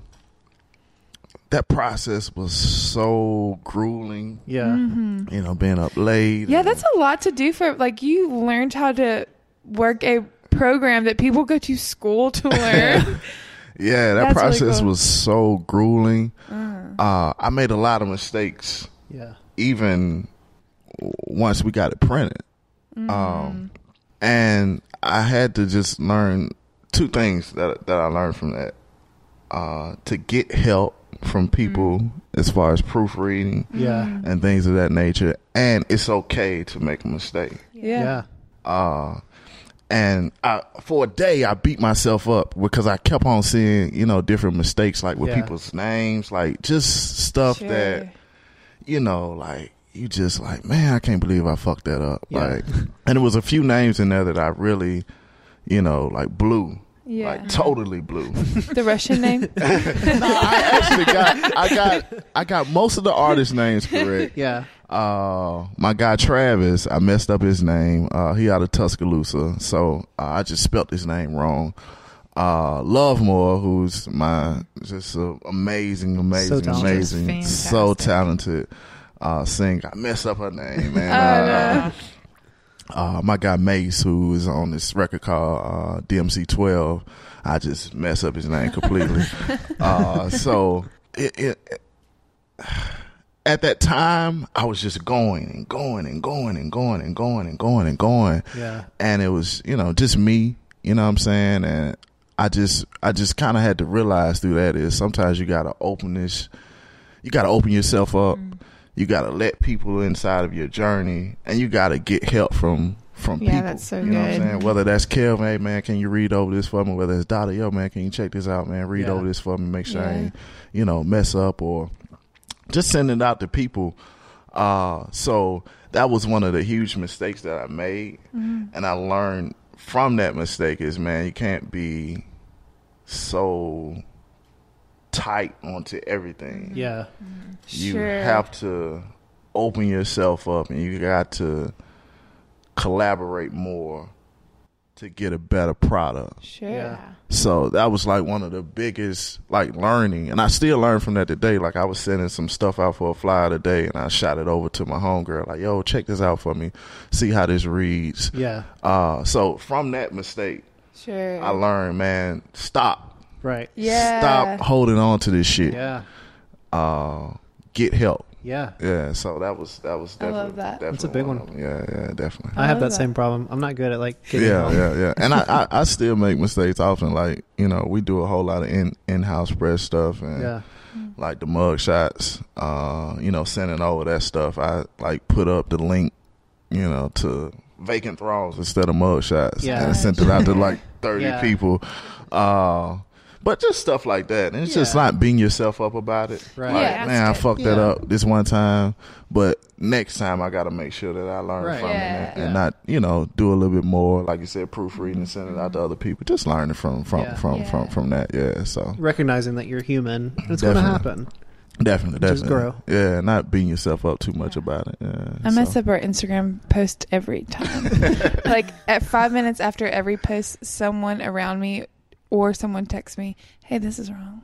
[SPEAKER 1] that process was so grueling.
[SPEAKER 3] Yeah.
[SPEAKER 2] Mm-hmm.
[SPEAKER 1] You know, being up late.
[SPEAKER 2] Yeah,
[SPEAKER 1] and-
[SPEAKER 2] that's a lot to do for like you learned how to work a program that people go to school to learn.
[SPEAKER 1] yeah. That
[SPEAKER 2] that's really
[SPEAKER 1] process
[SPEAKER 2] cool.
[SPEAKER 1] was so grueling. Uh, I made a lot of mistakes,
[SPEAKER 3] Yeah.
[SPEAKER 1] even w- once we got it printed.
[SPEAKER 2] Mm.
[SPEAKER 3] Mm-hmm. Mm.
[SPEAKER 1] Um, and I had to just learn two things that that I learned from that. Uh, to get help from people
[SPEAKER 3] Mm-hmm.
[SPEAKER 1] as far as proofreading
[SPEAKER 3] Yeah.
[SPEAKER 1] and things of that nature, and it's okay to make a mistake.
[SPEAKER 2] yeah.
[SPEAKER 3] Yeah.
[SPEAKER 1] uh and I, for a day I beat myself up because I kept on seeing, you know, different mistakes like with
[SPEAKER 3] Yeah.
[SPEAKER 1] people's names, like just stuff
[SPEAKER 2] Sure.
[SPEAKER 1] that you know, like you just like, man, I can't believe I fucked that up.
[SPEAKER 3] Yeah.
[SPEAKER 1] Like and it was a few names in there that I really, you know, like blew.
[SPEAKER 2] Yeah.
[SPEAKER 1] Like totally blew.
[SPEAKER 2] the Russian name.
[SPEAKER 1] no, I actually got I got I got most of the artist names correct.
[SPEAKER 3] Yeah.
[SPEAKER 1] Uh, my guy Travis, I messed up his name. Uh, he out of Tuscaloosa, so uh, I just spelt his name wrong. Uh, Lovemore, who's my just a amazing, amazing,
[SPEAKER 3] talented.
[SPEAKER 1] amazing,
[SPEAKER 5] Just
[SPEAKER 1] so
[SPEAKER 5] fantastic.
[SPEAKER 1] talented uh, singer. I messed up her name, man. uh,
[SPEAKER 2] Oh,
[SPEAKER 1] uh, my guy Mace, who is on this record called uh, DMC Twelve, I just mess up his name completely. uh, so it, it, at that time, I was just going and going and going and going and going and going and going.
[SPEAKER 3] Yeah.
[SPEAKER 1] And it was, you know, just me, you know what I'm saying? And I just, I just kind of had to realize through that is sometimes you got to open this, you got to open yourself up.
[SPEAKER 5] Mm-hmm.
[SPEAKER 1] You got to let people inside of your journey and you got to get help from, from
[SPEAKER 5] Yeah,
[SPEAKER 1] people.
[SPEAKER 5] that's so
[SPEAKER 1] you know what I'm
[SPEAKER 5] good.
[SPEAKER 1] saying? Whether that's Kev, hey man, can you read over this for me? Whether it's Dottie, yo man, can you check this out, man? Read
[SPEAKER 3] Yeah.
[SPEAKER 1] over this for me, make sure I
[SPEAKER 2] Yeah.
[SPEAKER 1] ain't, you know, mess up or just sending it out to people. Uh, so that was one of the huge mistakes that I made,
[SPEAKER 3] Mm-hmm.
[SPEAKER 1] and I learned from that mistake is man, you can't be so tight onto everything.
[SPEAKER 3] Yeah.
[SPEAKER 1] You
[SPEAKER 2] sure.
[SPEAKER 1] have to open yourself up, and you got to collaborate more to get a better product.
[SPEAKER 2] sure.
[SPEAKER 3] Yeah.
[SPEAKER 1] So that was like one of the biggest like learning, and I still learn from that today. Like I was sending some stuff out for a flyer today, and I shot it over to my homegirl. Like, yo, check this out for me, see how this reads.
[SPEAKER 3] Yeah.
[SPEAKER 1] Uh, so from that mistake,
[SPEAKER 2] Sure.
[SPEAKER 1] I learned, man, stop,
[SPEAKER 3] Right.
[SPEAKER 2] yeah.
[SPEAKER 1] stop holding on to this shit.
[SPEAKER 3] Yeah.
[SPEAKER 1] Uh, get help.
[SPEAKER 3] Yeah.
[SPEAKER 1] Yeah, so that was that was
[SPEAKER 2] I
[SPEAKER 1] definitely,
[SPEAKER 2] love that.
[SPEAKER 3] That's a big
[SPEAKER 1] definitely of them. Yeah, yeah, definitely.
[SPEAKER 3] I have
[SPEAKER 2] love
[SPEAKER 3] that,
[SPEAKER 2] that.
[SPEAKER 3] same problem. I'm not good at like getting
[SPEAKER 1] Yeah,
[SPEAKER 3] help.
[SPEAKER 1] yeah, yeah. And I, I, I still make mistakes often. Like you know, we do a whole lot of in in house press stuff and
[SPEAKER 3] Yeah.
[SPEAKER 1] like the mug shots. Uh, you know, sending over that stuff. I like put up the link. You know, to vacant thralls instead of mug shots.
[SPEAKER 3] Yeah.
[SPEAKER 1] and I sent it out to like thirty
[SPEAKER 3] Yeah.
[SPEAKER 1] people. Uh, but just stuff like that, and it's just
[SPEAKER 3] Yeah.
[SPEAKER 1] not beating yourself up about it.
[SPEAKER 3] Right.
[SPEAKER 1] Like,
[SPEAKER 2] Yeah,
[SPEAKER 1] man, I
[SPEAKER 5] that's good.
[SPEAKER 1] fucked that
[SPEAKER 3] Yeah.
[SPEAKER 1] up this one time, but next time I got to make sure that I learn
[SPEAKER 3] Right.
[SPEAKER 1] from
[SPEAKER 2] Yeah.
[SPEAKER 1] it and, and
[SPEAKER 3] Yeah.
[SPEAKER 1] not, you know, do a little bit more. Like you said, proofreading and sending it out to other people. Just learning from from
[SPEAKER 3] Yeah.
[SPEAKER 1] from,
[SPEAKER 2] Yeah.
[SPEAKER 1] from from that. Yeah. So
[SPEAKER 3] Recognizing that you're human, it's going to
[SPEAKER 1] Definitely.
[SPEAKER 3] happen.
[SPEAKER 1] definitely, definitely.
[SPEAKER 3] Just grow.
[SPEAKER 1] Yeah, not beating yourself up too much
[SPEAKER 5] Yeah.
[SPEAKER 1] about it. Yeah.
[SPEAKER 2] I mess
[SPEAKER 1] so.
[SPEAKER 2] up our Instagram post every time. like at five minutes after every post, someone around me or someone texts me, "Hey, this is wrong."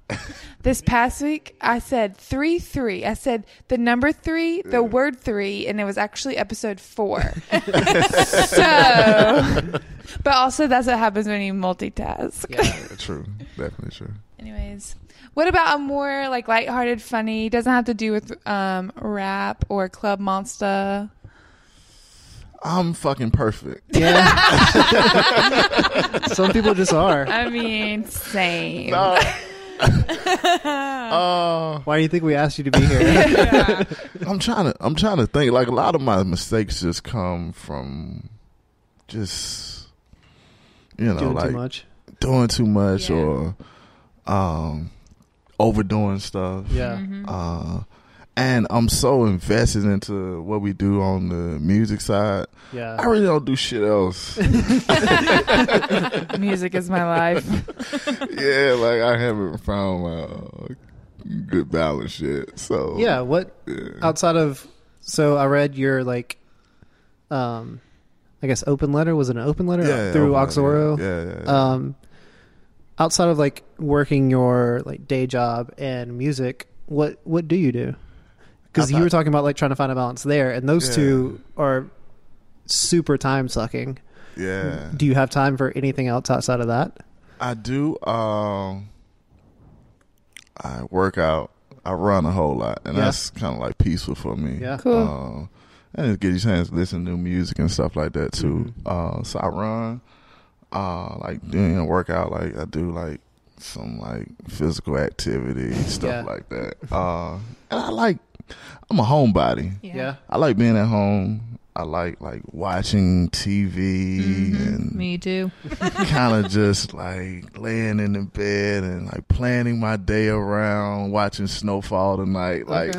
[SPEAKER 2] this past week, I said three three. I said the number three, the word three, and it was actually episode four. so, but also that's what happens when you multitask.
[SPEAKER 3] Yeah.
[SPEAKER 1] True. Definitely true.
[SPEAKER 2] Anyways, what about a more like lighthearted, funny? Doesn't have to do with um rap or Club Monster.
[SPEAKER 1] I'm fucking perfect.
[SPEAKER 3] yeah. Some people just are.
[SPEAKER 2] I mean, same.
[SPEAKER 1] Uh, uh,
[SPEAKER 3] Why do you think we asked you to be here?
[SPEAKER 1] I'm trying to I'm trying to think. Like a lot of my mistakes just come from just you know
[SPEAKER 3] Doing
[SPEAKER 1] like
[SPEAKER 3] too much.
[SPEAKER 1] doing too much
[SPEAKER 5] Yeah.
[SPEAKER 1] or um overdoing stuff.
[SPEAKER 3] Yeah.
[SPEAKER 5] Mm-hmm.
[SPEAKER 1] Uh and I'm so invested into what we do on the music side. I
[SPEAKER 3] Yeah.
[SPEAKER 1] really don't do shit else.
[SPEAKER 2] Music is my life.
[SPEAKER 1] yeah, like I haven't found my good balance yet. So
[SPEAKER 3] Yeah. What
[SPEAKER 1] yeah.
[SPEAKER 3] outside of so I read your like um I guess open letter was it an open letter
[SPEAKER 1] Yeah,
[SPEAKER 3] through
[SPEAKER 1] overall, Oh
[SPEAKER 3] Oxoro.
[SPEAKER 1] Yeah, yeah, yeah, yeah.
[SPEAKER 3] Um outside of like working your like day job and music, what what do you do? Cuz you
[SPEAKER 1] Outside-
[SPEAKER 3] were talking about like trying to find a balance there and those
[SPEAKER 1] Yeah.
[SPEAKER 3] two are super time sucking.
[SPEAKER 1] yeah.
[SPEAKER 3] Do you have time for anything else outside of that?
[SPEAKER 1] I do. Um, I work out. I run a whole lot, and
[SPEAKER 3] Yeah.
[SPEAKER 1] that's kind of like peaceful for me.
[SPEAKER 3] Yeah.
[SPEAKER 2] Cool.
[SPEAKER 1] Um, and it gives you a chance to listen to music and stuff like that too.
[SPEAKER 3] Mm-hmm.
[SPEAKER 1] Uh, so I run. Uh, like doing a workout, like I do like some like physical activity stuff
[SPEAKER 3] Yeah.
[SPEAKER 1] like that. Uh, and I like. I'm a homebody.
[SPEAKER 5] Yeah.
[SPEAKER 1] I like being at home. I like like watching TV
[SPEAKER 5] Mm-hmm.
[SPEAKER 3] Mm-hmm.
[SPEAKER 1] and
[SPEAKER 5] Me too.
[SPEAKER 1] kind of just like laying in the bed and like planning my day around watching snowfall tonight like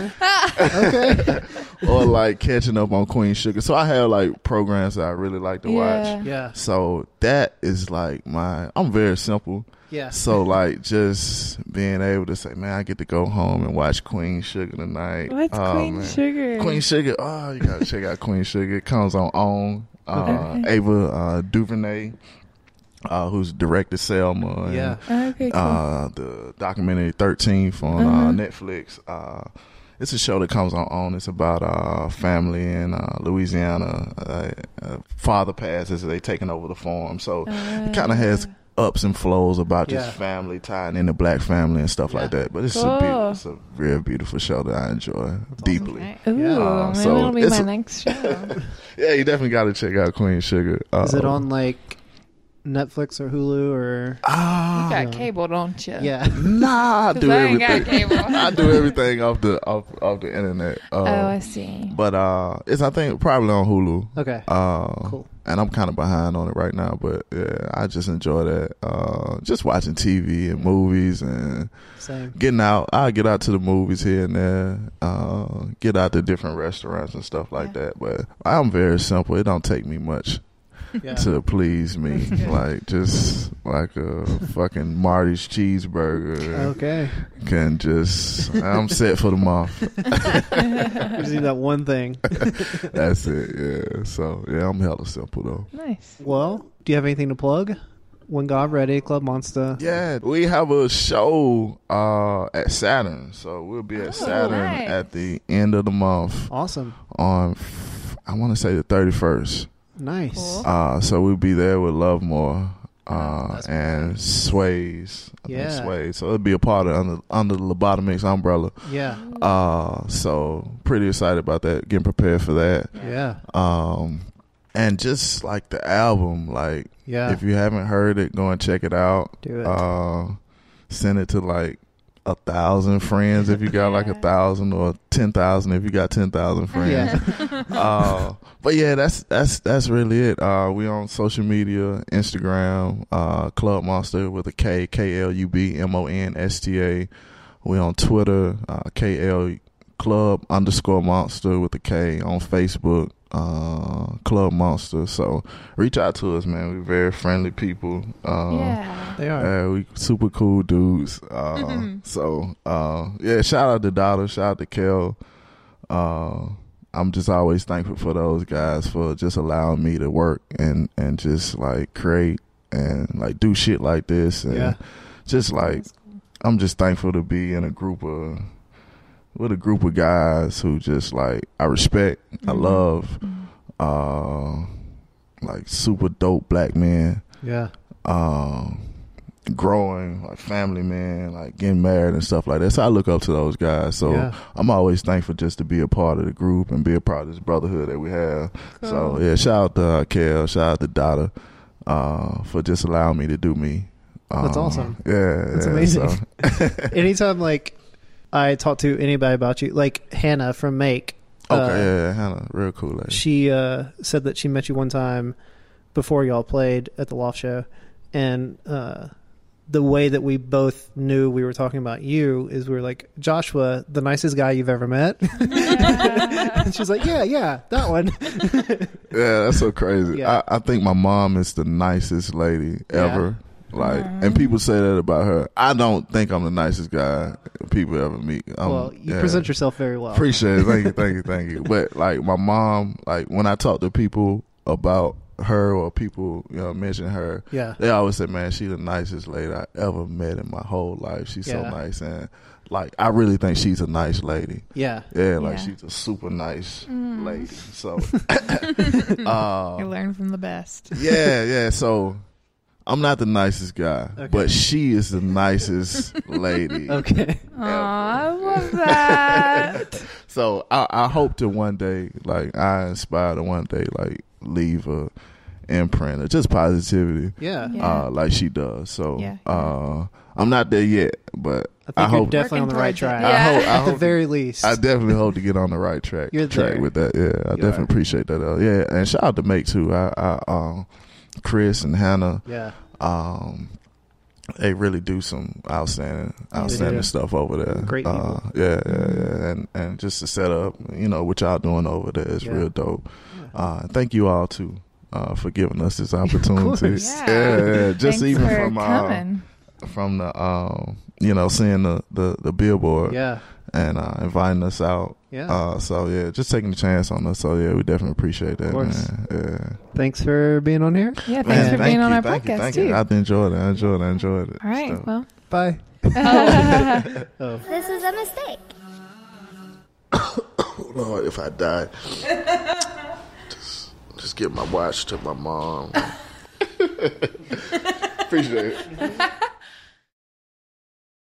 [SPEAKER 3] okay.
[SPEAKER 1] or like catching up on queen sugar so i have like programs that i really like to
[SPEAKER 2] Yeah.
[SPEAKER 1] watch
[SPEAKER 3] Yeah.
[SPEAKER 1] so that is like my i'm very simple
[SPEAKER 3] Yeah.
[SPEAKER 1] so like just being able to say man i get to go home and watch queen sugar tonight
[SPEAKER 2] What's
[SPEAKER 1] Oh,
[SPEAKER 2] Queen
[SPEAKER 1] man.
[SPEAKER 2] Sugar?
[SPEAKER 1] Queen Sugar. Oh, you gotta check out Queen Sugar. It comes on OWN. Uh,
[SPEAKER 2] Okay.
[SPEAKER 1] Ava uh, DuVernay, uh, who's directed Selma. and,
[SPEAKER 3] Yeah.
[SPEAKER 2] Okay, cool.
[SPEAKER 1] Uh, the documentary 13th on uh,
[SPEAKER 2] Uh-huh.
[SPEAKER 1] Netflix. Uh, it's a show that comes on OWN. It's about uh, family in uh, Louisiana. Uh, uh, father passes, they taking over the farm. So
[SPEAKER 2] Uh,
[SPEAKER 1] it kind of has ups and flows about
[SPEAKER 3] Yeah.
[SPEAKER 1] just family tying into black family and stuff like
[SPEAKER 3] Yeah.
[SPEAKER 1] that. But it's a
[SPEAKER 2] Cool.
[SPEAKER 1] beautiful, it's a real beautiful show that I enjoy deeply.
[SPEAKER 5] Okay.
[SPEAKER 2] Ooh,
[SPEAKER 3] Yeah.
[SPEAKER 1] Uh,
[SPEAKER 2] maybe
[SPEAKER 1] so
[SPEAKER 2] it'll be
[SPEAKER 1] it's
[SPEAKER 2] my
[SPEAKER 1] a-
[SPEAKER 2] next show.
[SPEAKER 1] Yeah, you definitely got to check out Queen Sugar. Uh,
[SPEAKER 3] Is it on like Netflix or Hulu or
[SPEAKER 1] Ah,
[SPEAKER 2] you got cable, don't you?
[SPEAKER 3] Yeah.
[SPEAKER 1] nah, I
[SPEAKER 2] 'Cause
[SPEAKER 1] do
[SPEAKER 2] I ain't got
[SPEAKER 1] everything.
[SPEAKER 2] cable.
[SPEAKER 1] I do everything off the off, off the internet. Uh,
[SPEAKER 2] oh, I see.
[SPEAKER 1] but uh, it's I think probably on Hulu.
[SPEAKER 3] Okay.
[SPEAKER 1] Uh,
[SPEAKER 3] Cool.
[SPEAKER 1] And I'm kind of behind on it right now, but yeah, I just enjoy that. Uh, just watching TV and movies and
[SPEAKER 3] Same.
[SPEAKER 1] getting out. I get out to the movies here and there. Uh, get out to different restaurants and stuff like
[SPEAKER 5] Yeah.
[SPEAKER 1] that. But I'm very simple. It don't take me much.
[SPEAKER 3] Yeah.
[SPEAKER 1] to please me. like just like a fucking Marty's cheeseburger
[SPEAKER 3] Okay.
[SPEAKER 1] can just I'm set for the month.
[SPEAKER 3] We just need that one thing.
[SPEAKER 1] That's it. Yeah. So yeah, I'm hella simple though.
[SPEAKER 5] Nice.
[SPEAKER 3] Well, do you have anything to plug? When God Ready, Club Monster.
[SPEAKER 1] Yeah, we have a show uh at Saturn. So we'll be
[SPEAKER 3] Oh,
[SPEAKER 1] at Saturn
[SPEAKER 5] nice.
[SPEAKER 1] at the end of the month
[SPEAKER 3] Awesome.
[SPEAKER 1] on f- I want to say the 31st.
[SPEAKER 3] Nice.
[SPEAKER 5] Cool.
[SPEAKER 1] Uh so we'll be there with Love More. uh,
[SPEAKER 3] That's cool.
[SPEAKER 1] and Sways. I think
[SPEAKER 3] Yeah.
[SPEAKER 1] Sways. So it'll be a part of under, under the Lobotomics umbrella.
[SPEAKER 3] Yeah.
[SPEAKER 1] Uh, so pretty excited about that. Getting prepared for that.
[SPEAKER 3] Yeah.
[SPEAKER 1] Um, and just like the album, like
[SPEAKER 3] Yeah.
[SPEAKER 1] if you haven't heard it, go and check it out.
[SPEAKER 3] Do it.
[SPEAKER 1] Uh, send it to like a thousand friends if you got like a
[SPEAKER 2] Yeah.
[SPEAKER 1] thousand or ten thousand if you got ten thousand friends.
[SPEAKER 3] yeah.
[SPEAKER 1] uh, but yeah, that's that's that's really it. Uh, we on social media, Instagram, uh, Club Monster with a K, K L U B M O N S T A. We on Twitter, uh, K L Club underscore Monster with a K on Facebook, uh, Club Monster. So reach out to us, man. We're very friendly people. Uh,
[SPEAKER 2] yeah.
[SPEAKER 3] They are.
[SPEAKER 1] uh, we super cool dudes. Uh,
[SPEAKER 2] Mm-hmm.
[SPEAKER 1] so uh, yeah, shout out to Dollar, shout out to Kel. Uh, I'm just always thankful for those guys for just allowing me to work and and just like create and like do shit like this and
[SPEAKER 3] Yeah.
[SPEAKER 1] just like
[SPEAKER 2] That's cool.
[SPEAKER 1] I'm just thankful to be in a group of with a group of guys who just like I respect, I
[SPEAKER 2] Mm-hmm.
[SPEAKER 5] Mhm.
[SPEAKER 1] love, uh, like super dope black men
[SPEAKER 3] Yeah.
[SPEAKER 1] um, growing, like family man, like getting married and stuff like that. So I look up to those guys. So
[SPEAKER 3] Yeah.
[SPEAKER 1] I'm always thankful just to be a part of the group and be a part of this brotherhood that we have. So
[SPEAKER 2] Cool.
[SPEAKER 1] yeah, shout out to uh, Kel, shout out to Dada uh, for just allowing me to do me.
[SPEAKER 3] That's
[SPEAKER 1] Um,
[SPEAKER 3] awesome.
[SPEAKER 1] Yeah,
[SPEAKER 3] That's
[SPEAKER 1] yeah,
[SPEAKER 3] amazing.
[SPEAKER 1] so-
[SPEAKER 3] Anytime like I talk to anybody about you, like Hannah from Make.
[SPEAKER 1] okay,
[SPEAKER 3] uh,
[SPEAKER 1] yeah, yeah, Hannah, real cool lady.
[SPEAKER 3] She uh, said that she met you one time before y'all played at the Loft Show, and uh, the way that we both knew we were talking about you is we were like Joshua, the nicest guy you've ever met. and she's like, yeah, yeah, that one.
[SPEAKER 1] Yeah, that's so crazy.
[SPEAKER 3] Yeah.
[SPEAKER 1] I, I think my mom is the nicest lady
[SPEAKER 3] Yeah.
[SPEAKER 1] ever. Like, and people say that about her. I don't think I'm the nicest guy people ever meet. Um,
[SPEAKER 3] well, you
[SPEAKER 1] yeah.
[SPEAKER 3] present yourself very well.
[SPEAKER 1] Appreciate it. Thank you, thank you, thank you. But like my mom, like when I talk to people about her or people you know mention her,
[SPEAKER 3] yeah,
[SPEAKER 1] they always say, "Man, she the nicest lady I ever met in my whole life. She's
[SPEAKER 3] Yeah.
[SPEAKER 1] so nice." And like, I really think she's a nice lady.
[SPEAKER 3] yeah,
[SPEAKER 1] Yeah, like
[SPEAKER 5] Yeah.
[SPEAKER 1] she's a super nice
[SPEAKER 2] Mm.
[SPEAKER 1] lady. So,
[SPEAKER 3] Mm-hmm.
[SPEAKER 1] uh,
[SPEAKER 5] I learn from the best.
[SPEAKER 1] yeah, yeah. So I'm not the nicest guy,
[SPEAKER 3] Okay.
[SPEAKER 1] but she is the nicest lady.
[SPEAKER 3] okay,
[SPEAKER 2] Aw, I love that.
[SPEAKER 1] So I, I hope to one day, like I inspire to one day, like leave a imprint or just positivity,
[SPEAKER 3] yeah.
[SPEAKER 5] Yeah.
[SPEAKER 1] uh, like she does. So
[SPEAKER 5] Yeah.
[SPEAKER 1] uh, I'm not there yet, but
[SPEAKER 3] I think
[SPEAKER 1] I
[SPEAKER 3] you're
[SPEAKER 1] hope-
[SPEAKER 3] definitely on the
[SPEAKER 5] Working
[SPEAKER 3] right
[SPEAKER 5] towards it.
[SPEAKER 3] track.
[SPEAKER 1] I hope I
[SPEAKER 3] At the
[SPEAKER 1] hope
[SPEAKER 3] very least,
[SPEAKER 1] I definitely hope to get on the right track.
[SPEAKER 3] You're
[SPEAKER 1] track
[SPEAKER 3] there.
[SPEAKER 1] with that. Yeah, I
[SPEAKER 3] You
[SPEAKER 1] definitely
[SPEAKER 3] are.
[SPEAKER 1] appreciate that. Uh, yeah, and shout out to Make too. I, I um, Chris and Hannah,
[SPEAKER 3] yeah,
[SPEAKER 1] um, they really do some outstanding,
[SPEAKER 3] do.
[SPEAKER 1] outstanding stuff over there.
[SPEAKER 3] Great
[SPEAKER 1] uh, yeah, yeah, yeah, and and just to set up, you know, what y'all doing over there is
[SPEAKER 3] Yeah.
[SPEAKER 1] real dope.
[SPEAKER 3] Yeah.
[SPEAKER 1] Uh, thank you all too uh, for giving us this opportunity.
[SPEAKER 3] course.
[SPEAKER 1] yeah.
[SPEAKER 5] Yeah.
[SPEAKER 1] yeah, just
[SPEAKER 5] Thanks
[SPEAKER 1] even
[SPEAKER 5] for
[SPEAKER 1] from uh,
[SPEAKER 5] coming.
[SPEAKER 1] from the um, you know, seeing the the, the billboard
[SPEAKER 3] yeah,
[SPEAKER 1] and uh, inviting us out.
[SPEAKER 3] yeah.
[SPEAKER 1] Uh, so yeah, just taking a chance on us. So yeah, we definitely appreciate that.
[SPEAKER 3] course.
[SPEAKER 1] Man. Yeah.
[SPEAKER 3] Thanks for being on here.
[SPEAKER 2] Yeah, thanks
[SPEAKER 1] Man,
[SPEAKER 2] for
[SPEAKER 1] thank
[SPEAKER 2] being on
[SPEAKER 1] you,
[SPEAKER 2] our
[SPEAKER 1] thank you,
[SPEAKER 2] podcast
[SPEAKER 1] thank
[SPEAKER 2] too.
[SPEAKER 1] you. I enjoyed it. I enjoyed it. I enjoyed it.
[SPEAKER 5] All right.
[SPEAKER 1] So-
[SPEAKER 5] Well,
[SPEAKER 3] Bye.
[SPEAKER 4] This is a mistake.
[SPEAKER 1] Lord, if I die, just just give my watch to my mom. Appreciate it.